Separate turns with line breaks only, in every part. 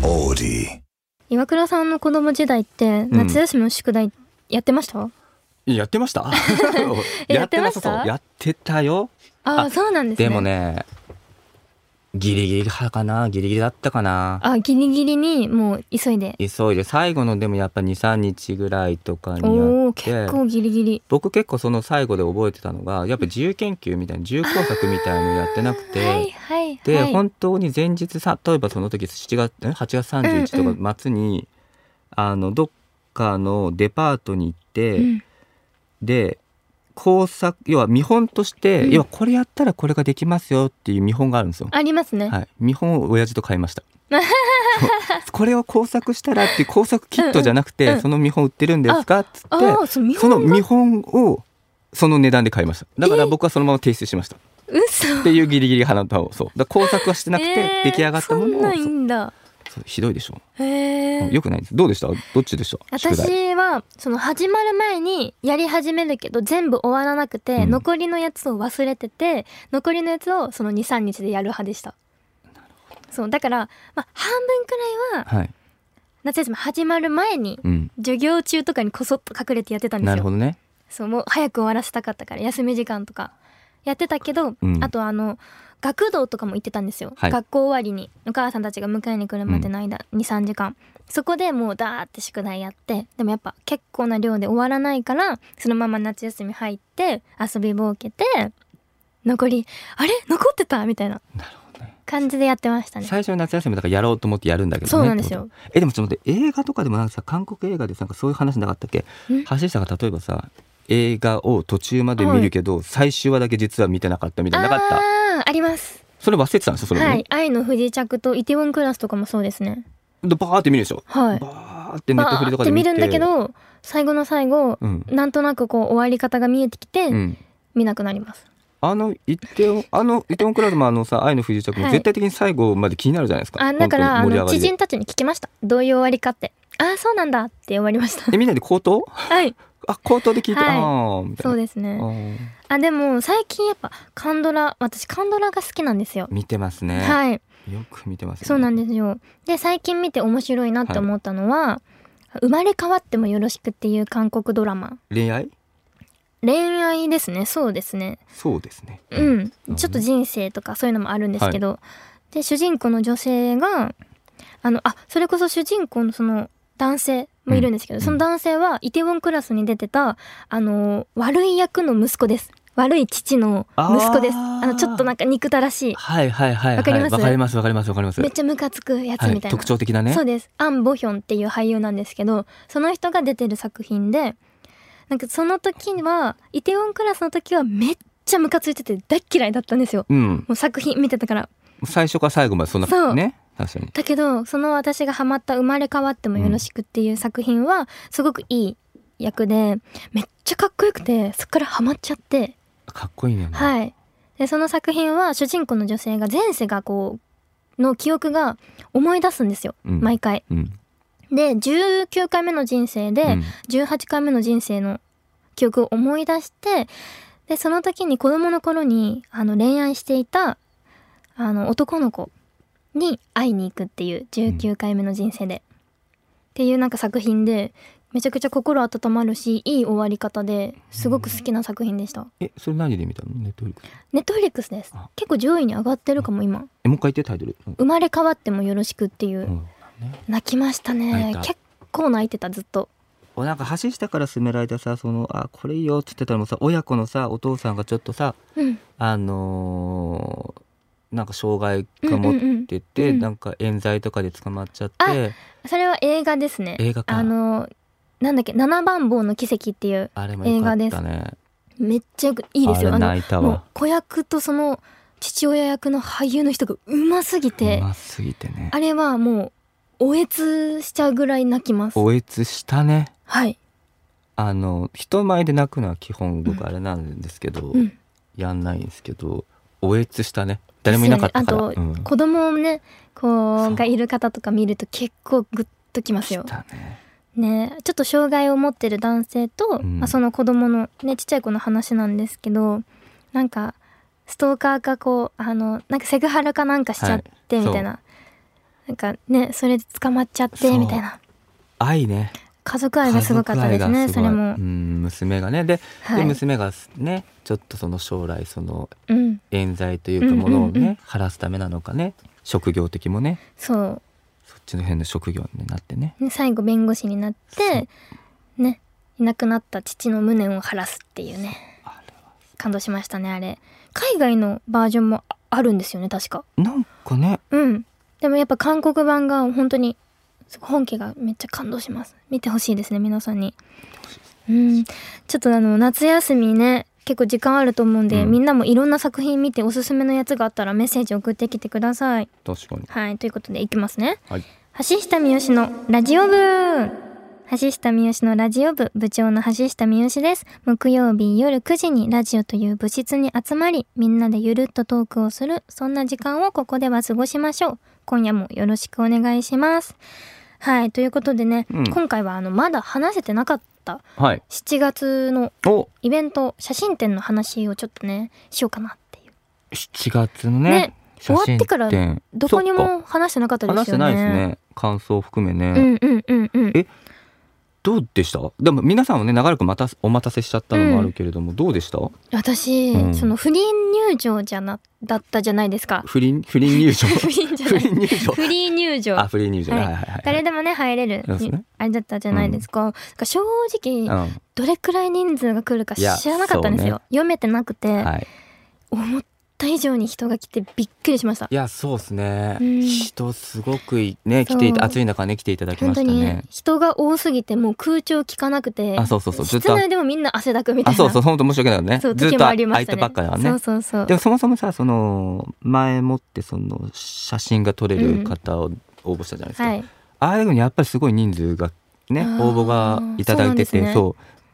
Daddy.
岩倉さんの子供時代って夏休みの宿題やってました、
やってました
え
やってなさそう
やってました
やってたよ
ああ
あ
そうなんですね
でもねギリギリ派かなギリギリだったかな
あギリギリにもう急いで
急いで最後のでもやっぱ23日ぐらいとかに
お
や
お
って
結構ギリギリ
僕結構その最後で覚えてたのがやっぱ自由研究みたいな自由工作みたいのやってなくて、
はいはい
で、
はい
本当に前日さ例えばその時7月ん8月
うんう
31
ん
とか末に、あのどっかのデパートに行って、
うん
で工作要は見本として、
うん
要はこれやったらこれができますよっていう見本があるんですよ。
ありますね、
はい、見本を親父と買いました そうこれを工作したらっていう工作キットじゃなくて、
うんうんうん
その見本売ってるんですかっつって
ああその見
その
本が
見本をその値段で買いましただから僕はそのまま提出しました
嘘
っていうギリギリ派の歌をそうだから工作はしてなくて
えー
出来上がったもの
そん
を、
なんいい
そうん
だ
そうひどいでしょ、
へえ
よくないですどうでしたどっちでした宿題
私はその始まる前にやり始めるけど全部終わらなくて、
うん
残りのやつを忘れてて残りのやつをその23日でやる派でしたそうだから、まあ、半分くらいは
はい、
夏休み始まる前に
うん、
授業中とかにこそっと隠れてやってたんで
な
す
る
よ
ほどね
そうもう早く終わらせたかったから休み時間とかやってたけど、
うん
あとあの学童とかも行ってたんですよ、
はい
学校終わりにお母さんたちが迎えに来るまでの間、23時間そこでもうダーって宿題やってでもやっぱ結構な量で終わらないからそのまま夏休み入って遊びぼうけて残りあれ残ってたみたいな
なるほどね
感じでやってましたね
最初の夏休みだからやろうと思ってやるんだけどね
そうなんですよ
えでもちょっと待って映画とかでもなんかさ韓国映画でなんかそういう話なかったっけ
ん
橋下が例えばさ映画を途中まで見るけど、最終話だけ実は見てなかったみたいななかった
あーあります
それ忘れてたんですよそれもね、
はい「愛の不時着」と「イテウォンクラス」とかもそうですね
でバーって見るでしょ、
はい
バーってネットフリとかで見
見
て
るんだけど最後の最後、
うん
なんとなくこう終わり方が見えてきて、
うん
見なくなります
あのイテウォンあのイテウォンクラブもあのさ愛の不時着
は
も
い
絶対的に最後まで気になるじゃないですか。
あだからあ
本当に盛
の知
り上がり
人たちに聞きましたどういう終わりかってああそうなんだって終わりました
で。えみんなで口頭？
はい
あ口頭で聞いて、
はい
ああみたいな。
そうですね
あ
あでも最近やっぱカンドラ私カンドラが好きなんですよ
ー見てますね。
はい
よく見てます、ね。
そうなん
で
ですよで最近見て面白いなって思ったのは、生まれ変わってもよろしくっていう韓国ドラマ
恋愛？
恋愛ですねそうですね
そうですね。
うん
う、ん
ちょっと人生とかそういうのもあるんですけど、で主人公の女性があのあそれこそ主人公のその男性もいるんですけど、
うん
その男性はイテウォンクラスに出てたあの悪い役の息子です悪い父の息子です
あ
あ
ー
のちょっとなんか憎たらしい
はいはいはいはい。
わかります
わかりますわかりますわかります。
めっちゃムカつくやつみたいな、
はい、特徴的なね。
そうですアン・ボヒョンっていう俳優なんですけどその人が出てる作品でなんかその時はイテウォンクラスの時はめっちゃムカついてて大っ嫌いだったんですよ
うん。
もう作品見てたから
最初から最後までそんな
そう
ね。確かに。
だけどその私がハマった「生まれ変わってもよろしく」っていう作品はすごくいい役でめっちゃかっこよくてそっからハマっちゃって
かっこいいね。い。
はいでその作品は主人公の女性が前世がこうの記憶が思い出すんですよ、
うん
毎回
うん。
で19回目の人生
う
で
ん
18回目の人生の記憶を思い出してでその時に子供の頃にあの恋愛していたあの男の子に会いに行くっていう19回目の人生で、っていうなんか作品でめちゃくちゃ心温まるしいい終わり方ですごく好きな作品でした
えそれ何で見たの？ネットフリックス。
ネットフリックスです
あ
結構上位に上がってるかも今
えもう一回言ってタイトル。うん
生まれ変わってもよろしくっていう、
うん
泣きました
泣
ね
いた
結構泣いてたずっと
おなんか橋下から勧められたさそのあこれいいよっつってたのもさ親子のさお父さんがちょっとさ
うん
あのーなんか障害
うん
か
うんう
持っ
ん
てて、
うん
なんか冤罪とかで捕まっちゃって、
それは映画ですね
映画か
あのなんだっけ七番坊の奇跡っていう
あれもよかったね
めっちゃよくいいですよ
あ
あ
れ
の
泣いた
もう
わ
子役とその父親役の俳優の人がうますぎ
う
て
ますぎてね
あれはもうおえつしちゃうぐらい泣きます
おえつしたね
はい、
あの人前で泣くのは基本僕あれなんですけど、
うん、
やんないんですけどおえつしたね誰もいなかったから、
ですよねあ
うん
と子供をねこ
そう
うがいる方とか見ると結構グッときます
し
よ
たね
ね、ちょっと障害を持ってる男性と、
うん
まあ、その子供のねちっちゃい子の話なんですけどなんかストーカーかこうあのなんかセクハラかなんかしちゃって
はい
みたいな、なんかねそれで捕まっちゃっ
そ
て
う
みたいな
愛ね
家族愛がすごかったですね
家族愛が
そ
ごい
れも
う、ん娘がねで,、
は
で
い、
娘がねちょっとその将来その
うん、
冤罪というかものをね、
うんうんうん
晴らすためなのかね職業的もね
そう
そっちの辺の職業になってね
ね、最後弁護士になってねいなくなった父の無念を晴らすっていうね
あれ
感動しましたねあれ海外のバージョンもああるんですよね確か
はなんかね
うんでもやっぱ韓国版が本当にすごい本家がめっちゃ感動します見てほしいですね皆さんにうんちょっとあの夏休みね結構時間あると思うんで、
うん
みんなもいろんな作品見ておすすめのやつがあったらメッセージ送ってきてください
確かに
はいということでいきますね
はい
橋下三好のラジオ部橋下三好のラジオ部部長の橋下三好です木曜日夜9時にラジオという部室に集まりみんなでゆるっとトークをするそんな時間をここでは過ごしましょう今夜もよろしくお願いしますはいということでね、
うん
今回はあのまだ話せてなかった
はい
7月の
お
イベント写真展の話をちょっとねしようかなっていう
7月のね
ね
写真
終わってから
展
どこに
そっ
も話してなかった
か
ですよね
話してないですね感想含めね、
うんうんうんうん
えどうでしたでも皆さんはね長らくまたお待たせしちゃったのもあるけれども、どうでした
私、
うん
その不倫入場じゃなだったじゃないですか。
不倫不倫入場
不倫じゃな
不
い。
倫 入場
不倫入場。
あ不倫入場、
は
はいい、はいはいはい
誰でもね入れる
そうですね
あれだったじゃないですか。だから正直
うん
どれくらい人数が来るか知
いや
らなかったんです
そう
よ。読めてなくて、
はい、
思った以上に人が来てびっくりしました。
いやそうですね、
うん
人すごくいね
そ
来
う
ていた暑い中ね来ていただき
本
ま
当
した
に
ね
人が多すぎてもう空調効かなくて
あそうそうそうずっ
室
と
内でもみんな汗だくみたいな
あそうそう本当申し訳ないよね
そう
ずっ
時
と
もありま
空
し
い
た
た
ね
ばっかだね
そうそうそう
でもそもそもさその前もってその写真が撮れる方を応募したじゃないですか、
はい
ああいうのにやっぱりすごい人数がね
あー
応募がいただいて
そうなんですね
てそ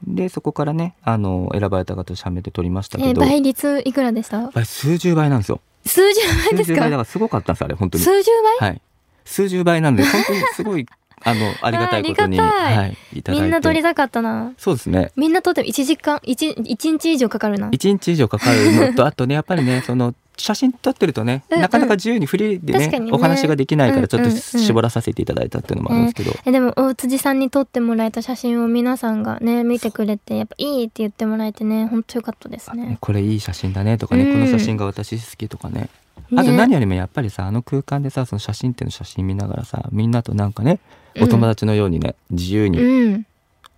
うでそこからねあの選ばれた方と写メで撮りました
え
けど、やっ
倍率いくらでした
ぱり数十倍なんですよ
数十倍です
数十倍だか
から
すごかったんですあれ本当に
数十倍
はい数十倍なんで本当にすごいあのありがたいこと に
ありがたい
はいいただい
み
て
んな撮りたかったな
そうですね
みんな撮っても1時間 1, 一日以上かかるな
一日以上かかるのとあとねやっぱりねその写真撮ってるとね、
うんうん
なかなか自由にフリーで
確か
ね
にね
お話ができないからちょっ
う
と
んうんうん
絞らさせていただいたっていうのもあるんですけど、
えでも大辻さんに撮ってもらえた写真を皆さんがね見てくれてやっぱいいって言ってもらえてねほんとよかったです
あね
ね
これいい写真だねとかね、
うん
この写真が私好きとかね
ね
あと何よりもやっぱりさあの空間でさその写真っていうの写真見ながらさみんなとなんかね
うん
お友達のようにね、自由に
うん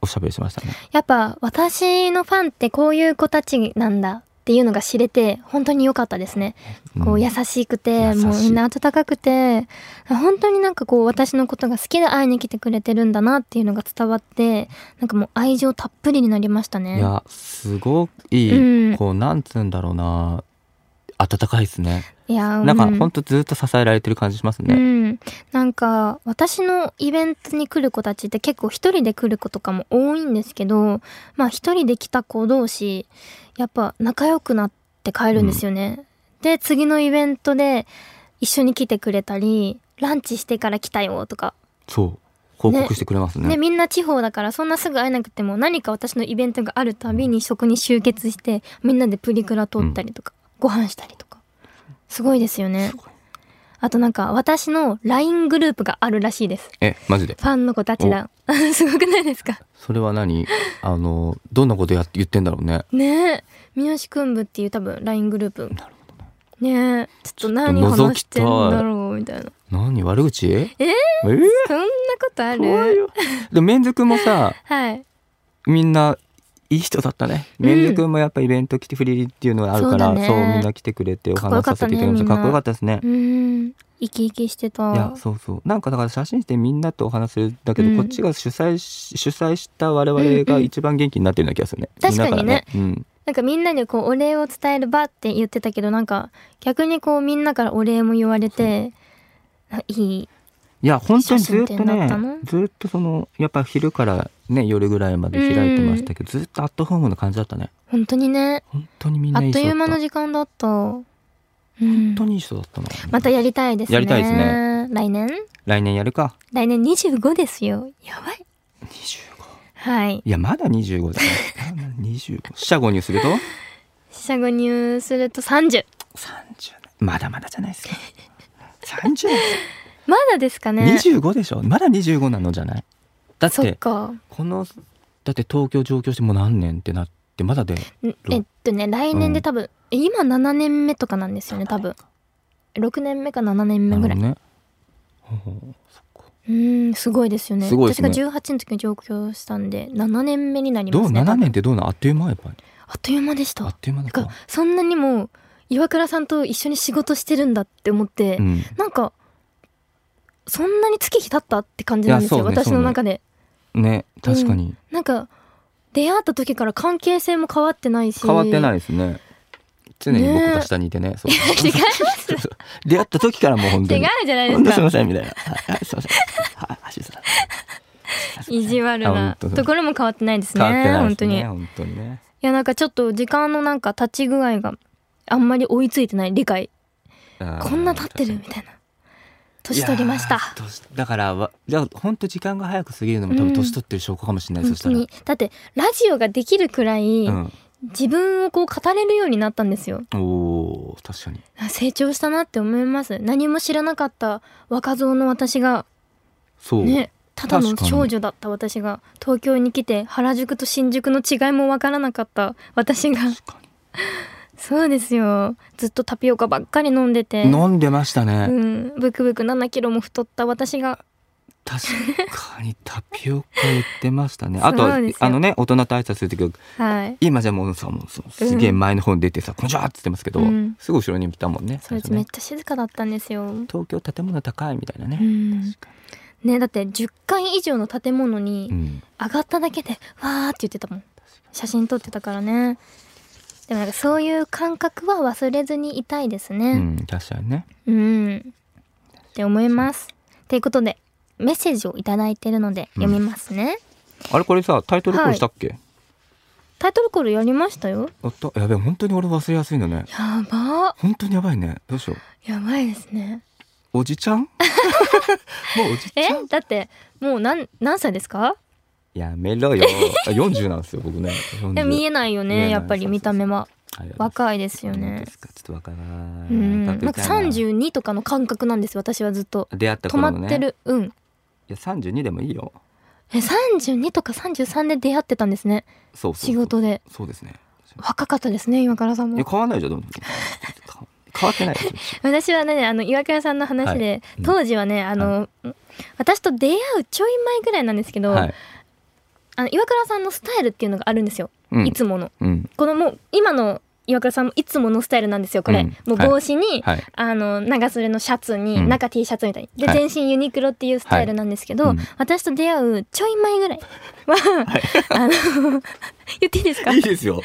おしゃべりしましたね、
やっぱ私のファンってこういう子たちなんだっていうのが知れて本当に良かったですね
ん
こう優しくて、
優しい
もうみんな温かくて本当になんかこう私のことが好きで会いに来てくれてるんだなっていうのが伝わってなんかもう愛情たっぷりになりましたね
いやすごくいい、
うん
こうなんつうんだろうな温かいですね、
いや
なんか
う
ほんとずっと支えられてる感じしますね、
うん、なんか私のイベントに来る子たちって結構一人で来る子とかも多いんですけどまあ一人で来た子同士やっぱ仲良くなって帰るんですよね。で次のイベントで一緒に来てくれたりランチしてから来たよとか、
そう報告してくれますね
ね、みんな地方だからそんなすぐ会えなくても何か私のイベントがあるたびにそこに集結してみんなでプリクラ撮ったりとか、ご飯したりとかすごいですよね
す。ごい
あとなんか私の LINE グループがあるらしいです。
えマジで
ファンの子たちだ。 すごくないですか
それは何あのどんなことやって言ってんだろうね
ねえ。三好くんぶっていう多分 LINE グループ。
なるほどね
ねえ。ちょっと何
ちょっと覗
話
き
したて
い
んだろうみたいな。
何悪口え
えー
えー
そんなことあ
怖い
る
よでもメンズくんもさ
はい。
みんないい人だったね。メンズくんもやっぱイベント来てフリーっていうのがあるから、
そう
そう,、
だね
みんな来てくれてお
かっこよ
話し
かった
させ
ね
ていただきました。
みんな
かっこよかったですね
う。ーん。生き生きして
いや
た。
そうそうなんかだから写真してみんなとお話するだけど、
うん
こっちが主催し主催した我
うんう
々
ん
が一番元気になってるような気がするね。
確かにね
みんなからね
なんかみんなでこうお礼を伝える場って言ってたけど、なんか逆にこうみんなからお礼も言われて、あいい。
うん、いや本当にずっ
写
と
真展だった
ね
の
ずっとそのやっぱ昼からね夜ぐらいまで開いてましたけど、ずっとアットホームな感じだったね。
本当にね。
本当にみん
あ
ない
っ
い
と
人だ
いう
った。
間の
本
時間だった。うん
当。にいい人だったな。
またやりたいですね。
やりたいですね。
来年
来年やるか。
来年25ですよ。やばい。
二十五。
はい。
いやまだ25だね。25。四捨五入すると
四捨五入すると30。
30まだまだじゃないですか。30ですよ
まだですかね
25でしょまだ25なのじゃないだっ
そってか
このだって東京上京してもう何年ってなってまだで
んえっとね来年で多分、え今7年目とかなんですよね多分6年目か7年目ぐらい、
なるほどねほうほうそっか
うーんすごいですよね
すごいですね
私が18の時に上京したんで7年目になり
ど
ま
う
すね
7年ってどうなのあっという間やっぱり
あっという間でした
あっという間だ
なん
か
かそんなにも岩倉さんと一緒に仕事してるんだって思って、
うん
なんかそんなに月日経ったって感じなんですよ、
いやそうね
私の中で、
ね確かに
なんか出会った時から関係性も変わってないし
変わってない
い
ですね常に僕が下にいてねそ う
違います
出会った時からもう本当
違
に
うじゃないです
本当すい
か
ませんみたいなはいはいすいませんはいはいすいません
意地悪な
あ本当
ところも変わってないですね
変わってない
本
です
当に
ね
い
本当にね
やなんかちょっと時間のなんか立ち具合があんまり追いついてない理解こんな経ってるみたいな年取りまし
い
た
やー年だからわじゃあ本当時間が早く過ぎるのも
う
多
ん
分年取ってる証拠かもしれない、
本
そした
当
ら、
にだってラジオができるくらい、
うん、
自分をこう語れるようになったんですよ
おー確かに
あ成長したなって思います何も知らなかった若造の私が
そう、
ねただの
確かに
少女だった私が東京に来て原宿と新宿の違いもわからなかった私が
確か
そうですよずっとタピオカばっかり飲んでて
に飲んでましたね、
うんブクブク7キロも太った私が
確かにタピオカ言ってましたね
そう
あと
ですよ
あのね大人と挨拶する時は
はい
今じゃもうさもうそうすげえ前の方に出てさ「こんにちは」って言ってますけど、
うん
すぐ後ろにいたもんね
それ
最初
めっ
ね
ちゃ静かだったんですよ、
東京建物高いみたいな
う
ね、
ん
確か
ねだって10階以上の建物
に、う
に
ん、
上がっただけでわーって言ってたもん写真撮ってたからねでもなんかそういう感覚は忘れずにいたいです
う
ね
ん、確かにね
うん、って思いますということでメッセージをいただいてるので読みますね、
あれこれさタイトルコールしたっけ、
タイトルコールやりましたよ
やったやべえ本当に俺忘れやすいのね
やば
本当にやばいねどうしよう
やばいですね
おじち ゃんもうおじ
えだってもう何何歳ですか
やめろよあ40なんですよ僕ね40
いや見えないよ
見えな
ね
い
やっぱり見た目は
ありがとうございます
若いですよ
本当
ね
ですかちょっと若いな
うんな
だ
ん
って
か32とかの感覚なんです私はずっと
出会った
止
頃のね
まってるうん
いや32でもいいよ
え32とか33で出会ってたんですね
そうそうそう
仕事で
そうですね
若かったですね岩倉さん
いや
も
変わんないじゃんでも変わってないですよ
私はねあの岩倉さんの話で、
うん
当時はねあの、私と出会うちょい前ぐらいなんですけど、
はい、
あの岩倉さんのスタイルっていうのがあるんですよ、
うん、
いつもの
うん
このもう今の岩倉さんもいつものスタイルなんですよこれ、
うん
もう帽子に、
はい
あの長袖のシャツに、
うん
中 T シャツみたいにで、
はい
全身ユニクロっていうスタイルなんですけど、
はいうん
私と出会うちょい前ぐらい は、 あの言っていいですか
いいですよ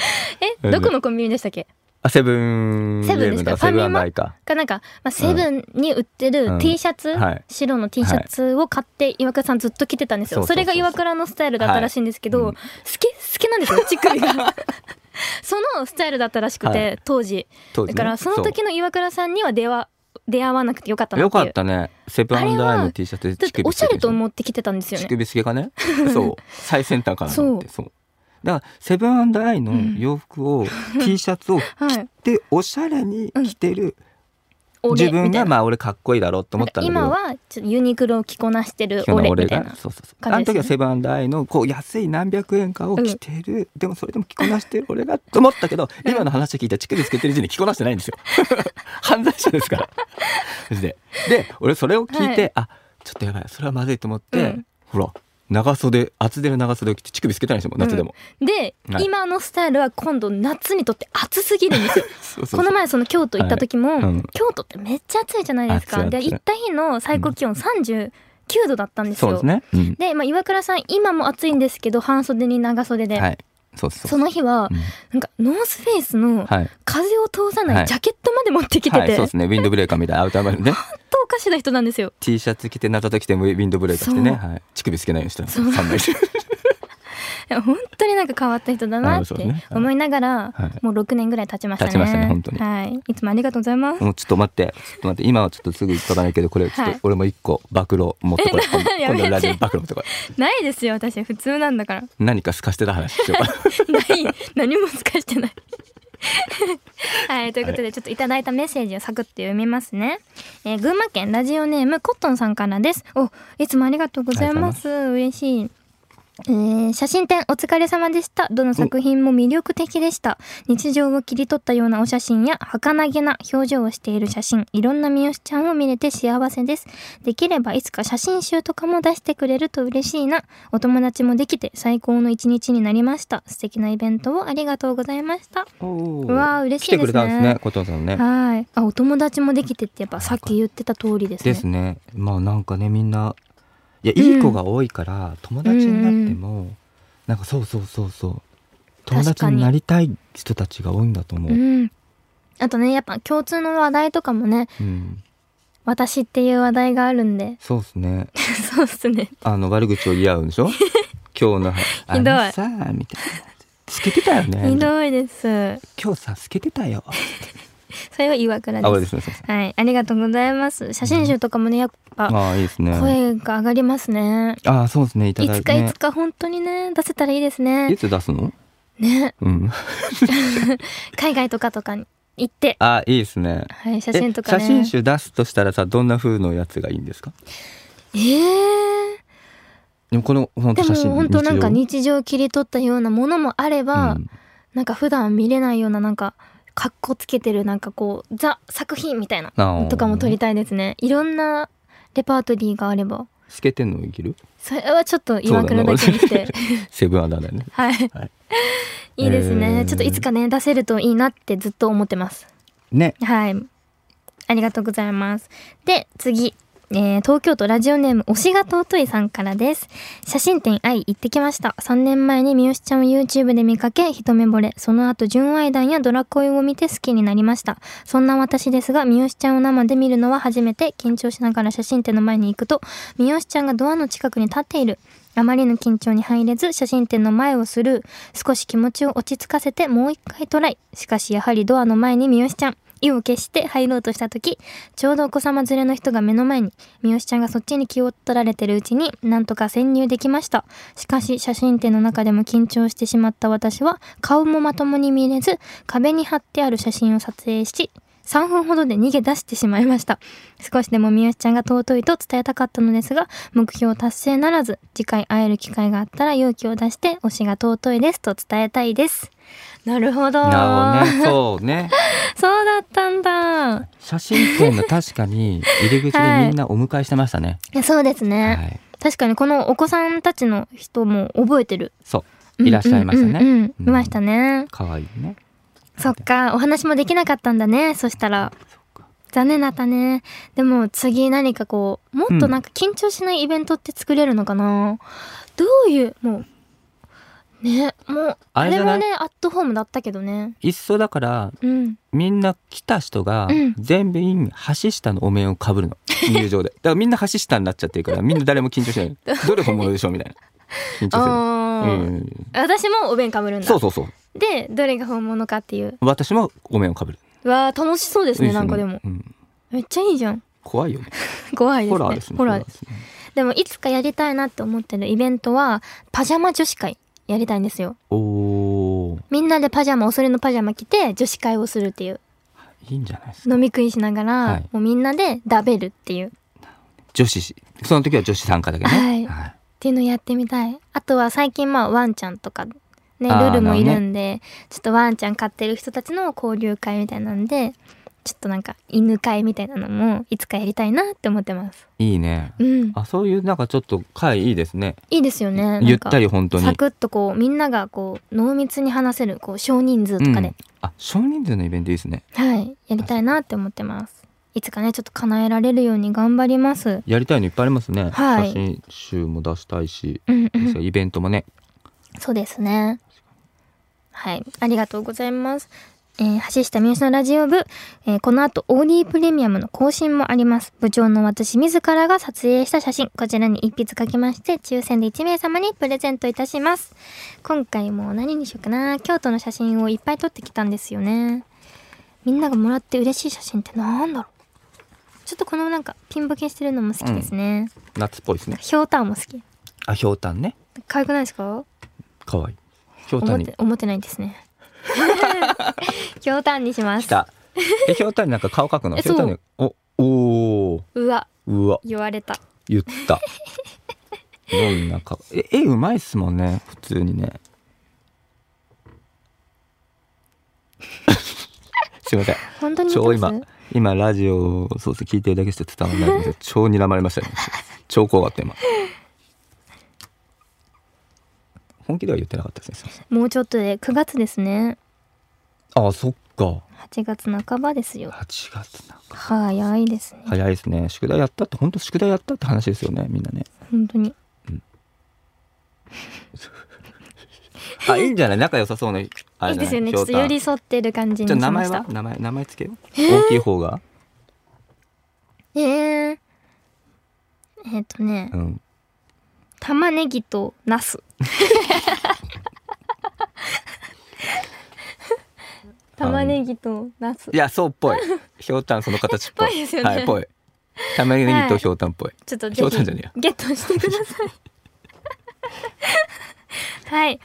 えどこのコンビニでしたっけ
あセブン
セブンですか
イレブだセブンはないか
かなんか、まあ、セブンに売って
う
る
ん
T シャツ、
はい
白の T シャツを買って岩倉さんずっと着てたんですよ
そう
そ
そうそうそ
れ
う
が岩倉のスタイルだったらしいんですけど、
はいうん
好き好きなんですよ乳首が そのスタイルだったらしくて、
はい
当時
当時
だか
ね
らその時の岩倉さんには出は出会わなくてよかったな
よ
ってい
か
う
ったね。セブンアイの T シャ
だ
ツで
っ
乳
て
首
おしゃれと
う。
思って着てたんですよ
乳
ね
首すけ がね。そう。最先端かなと思って。そう。だからセブンアイの洋服 を、T シャツを
はい
着ておしゃれに着てる自分がまあ俺かっこいいだろうと思ったんだけど。
今はちょっとユニクロを着こなしてる
基本
俺
的
みた
に俺
い
が
な
そうそうそう、
感
あ
じですね
の時はセブンアイのこう安い何百円かを着てる、でもそれでも着こなしてる俺がと思ったけど、今の話聞いたら乳首つけてる時に着こなしてないん ですよ犯罪者ですからマジでで俺それを聞いて、
は
あちょっとやばいそれはまずいと思って、
うん
ほら長袖厚手の長袖を着て乳首つけてないんですよ夏でも、
で、
はい
今のスタイルは今度夏にとって暑すぎるんですよ
そうそう
こ
そ
の
う
前その京都行った時も、
はいうん
京都ってめっちゃ暑いじゃないですか
暑い
で
暑い
行った日の最高気温39度だったんです
そう
よ
ですね、うん、
でまあ、岩倉さん今も暑いんですけど半袖に長袖で、
はいそうそう
その日は、
うん
なんかノースフェイスの
はい
風を通さな
はいい
ジャケットまで持ってきてて、
はい、そうですねウィンドブレーカーみたいなアウターバル ね
ちょっとおかしな人なんですよ
T シャツ着て長袖着てウィンドブレーカー着てね、
そう
はい、乳首つけないようにしてます
そう
寒いし
いや本当になんか変わった人だな
あ
っ
そう
て
ですね
思いながら、
はい
もう6年ぐらい経ちましたね
経ちましたね本当に
はい、いつもありがとうございます、
もうちょっと待って、ちょっと待って、今はちょっとすぐ行かないけど、これちょっ
は
と
い
俺も一個暴露持ってこれ、
えな やめて
今度のラジオに暴露持ってこれ。
ないですよ私普通なんだから
何か透かしてた話しようか。
ない何も透かしてない はい、ということで、ちょっといただいたメッセージをサクッと読みますね。えー群馬県ラジオネームコットンさんからです。お、いつもありがとうございます。嬉しい。えー写真展お疲れ様でした。どの作品も魅力的でした。日常を切り取ったようなお写真や、儚げな表情をしている写真、いろんな三好ちゃんを見れて幸せです。できればいつか写真集とかも出してくれると嬉しいな。お友達もできて最高の一日になりました。素敵なイベントをありがとうございました。
う
うわー嬉しいですね
来てくれたんですね、コトンさんね。
はい。あ、お友達もできてってやっぱさっき言ってた通りですね。
ですね。まあなんかねみんないやいい子が多いから、友達になっても、なんかそうそうそうそう友
確
達
かに
になりたい人たちが多いんだと思う。
うん。あとね、やっぱ共通の話題とかもね、
うん、
私っていう話題があるんで。
そうですね。
そうっすね。
あの悪口を言い合うんでし ょ。今日のあのさあみたいな。透けてたよね。
ひどいです。
今日さ透けてたよ。
それは岩倉
あ、
で。
ですすね。すいません
はい。ありがとうございます。写真集とかもね、やっぱ
あー、いいですね。
声が上がりますね。
あー、そうですね。いた
い
だい
つ
て、
かい
ね
つ。か本当にね、出せたらいいですね
い。つ出すの？
ね。
うん。
海外とかとかに行って、
あー、いいですね。
はい、写
え
真とかね。
写真集出すとしたらさ、どんな風のやつがいいんですか？
えー。
でもこの本
で
当
も
写真
本当なんか
日
日常を切り取ったようなものもあれば、
うん
なんか普段見れないようななんかかっこつけてるなんかこうザ作品みたいな
あー
とかも撮りたいですねいろんなレパートリーがあれば
透けてんのいける
それはちょっと岩倉だけにし
そうだ
て
ねセブンアダーだよね
はい、
はい
い、 いですね、
えー
ちょっといつかね出せるといいなってずっと思ってます
ね
はいありがとうございますで次えー東京都ラジオネーム推しが尊いさんからです写真展愛行ってきました3年前に三好ちゃんを YouTube で見かけ一目惚れその後純愛団やドラ恋を見て好きになりましたそんな私ですが三好ちゃんを生で見るのは初めて緊張しながら写真展の前に行くと三好ちゃんがドアの近くに立っているあまりの緊張に入れず写真展の前をスルー少し気持ちを落ち着かせてもう一回トライしかしやはりドアの前に三好ちゃん意を決して入ろうとした時ちょうどお子様連れの人が目の前に三好ちゃんがそっちに気を取られてるうちになんとか潜入できましたしかし写真展の中でも緊張してしまった私は顔もまともに見れず壁に貼ってある写真を撮影し3分ほどで逃げ出してしまいました少しでも三好ちゃんが尊いと伝えたかったのですが目標達成ならず次回会える機会があったら勇気を出して推しが尊いですと伝えたいですなるほど
なるほどねそうね
そうだったんだい
写真展の確かに入り口でみんなお迎えしてましたね、
やそうです
は
ね
い、
確かにこのお子さんたちの人も覚えてる
そういらっしゃいましたね、
うんうんうんうん
うん
いましたね
可愛いね
そっかお話もできなかったんだねそしたら
そっか
残念だったねでも次何かこうもっとなんか緊張しないイベントって作れるのかな、どういうもうねもう
あ
あ
れじ
れ
ゃない
もねアットホームだったけどね
いっそだから
うん
みんな来た人が
うん
全部員橋下のお面をかぶる の入場でだからみんな橋下になっちゃってるからみんな誰も緊張しないどれ本物でしょうみたいな緊張
あ
する、
ー
うんうんうん、
私もお弁かぶるんだ
そうそうそう
でどれが本物かっていう
私もお面をかぶる
うわー楽しそうですねなんかでも
うん
めっちゃいいじゃん
怖いよね
怖いですね
ホラーですね
ホラー
ですね
でもいつかやりたいなって思ってるイベントはパジャマ女子会やりたいんですよ
おお
みんなでパジャマおそれのパジャマ着て女子会をするっていう
いいんじゃないですか
飲み食いしながら、
はい
もうみんなでダベルっていうっ
女子しその時は女子参加だけどね
はいていうのやってみたいあとは最近まあワンちゃんとかねル
あー
ルもいる
なるほど
んでちょっとワンちゃん飼ってる人たちの交流会みたいなんでちょっとなんか犬会みたいなのもいつかやりたいなって思ってます
い、いね
うん
あそういうなんかちょっと会いいですね
いいですよね
ゆった
り
り本当に
サクッとこうみんながこう濃密に話せるこう少人数とかで、
うん、あ少人数のイベントいいですね
はい、やりたいなって思ってます。いつかね、ちょっと叶えられるように頑張ります。
やりたいのいっぱいありますね、
はい
写真集も出したいし
うんうん、
イベントもね
そうですね。はい、ありがとうございます。えー、橋下三好のラジオ部、えーこの後 OD プレミアムの更新もあります。部長の私自らが撮影した写真、こちらに一筆書きまして、抽選で1名様にプレゼントいたします。今回も何にしようかな。京都の写真をいっぱい撮ってきたんですよね。みんながもらって嬉しい写真ってなんだろう。ちょっとこのなんかピンボケしてるのも好きですね。
夏っぽいですね
ひょうたんも好き。
あひょうたんね
可愛くないですか
可愛いひょうた
思
ん
っ
に
て思ってないんですね。ひょうたんにしま
来
す
たでひょうたんになんか顔描くの
え
ひょうたんにおおー
うわ
うわ
言われた
言ったどんな顔え絵うまいっすもんね普通 にねすいません
本当に
超
言ってます
今今ラジオをそうですね聞いてるだけして伝わらないんですけ ど超睨まれましたね超怖かった今本気では言ってなかったですねすいません
もうちょっとで9月ですね
ああそっか
8月半ばですよ
8月なんか
早いですね
早いですね宿題やったって本当宿題やったって話ですよねみんなね
本当に
あいいんじゃない仲良さそうなあれじゃない
いいですよね
ひ
ちょっ
ょう
と
た
寄り添ってる感じにし
ちょ名
ま
前
した
は名前名前つけよう大きい方が
えー、えっとね
うん
玉ねぎとナ ス玉ねぎとナス
いやそうっぽ いひょうたんその形っぽ い
ぽいですよね
はいぽい玉ねぎとひょうたんっぽい、
ちょっとぜ
ひょう
ひ
たんじゃねえや
ゲットしてください。 はい、
はい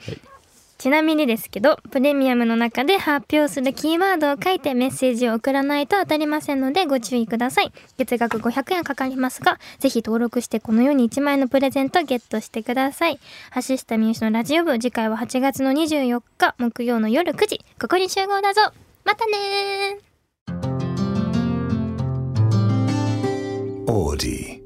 ちなみにですけどプレミアムの中で発表するキーワードを書いてメッセージを送らないと当たりませんのでご注意ください月額500円かかりますがぜひ登録してこのように1万円のプレゼントをゲットしてください橋下美由紀のラジオ部次回は8月の24日木曜の夜9時ここに集合だぞまたねー
Audi.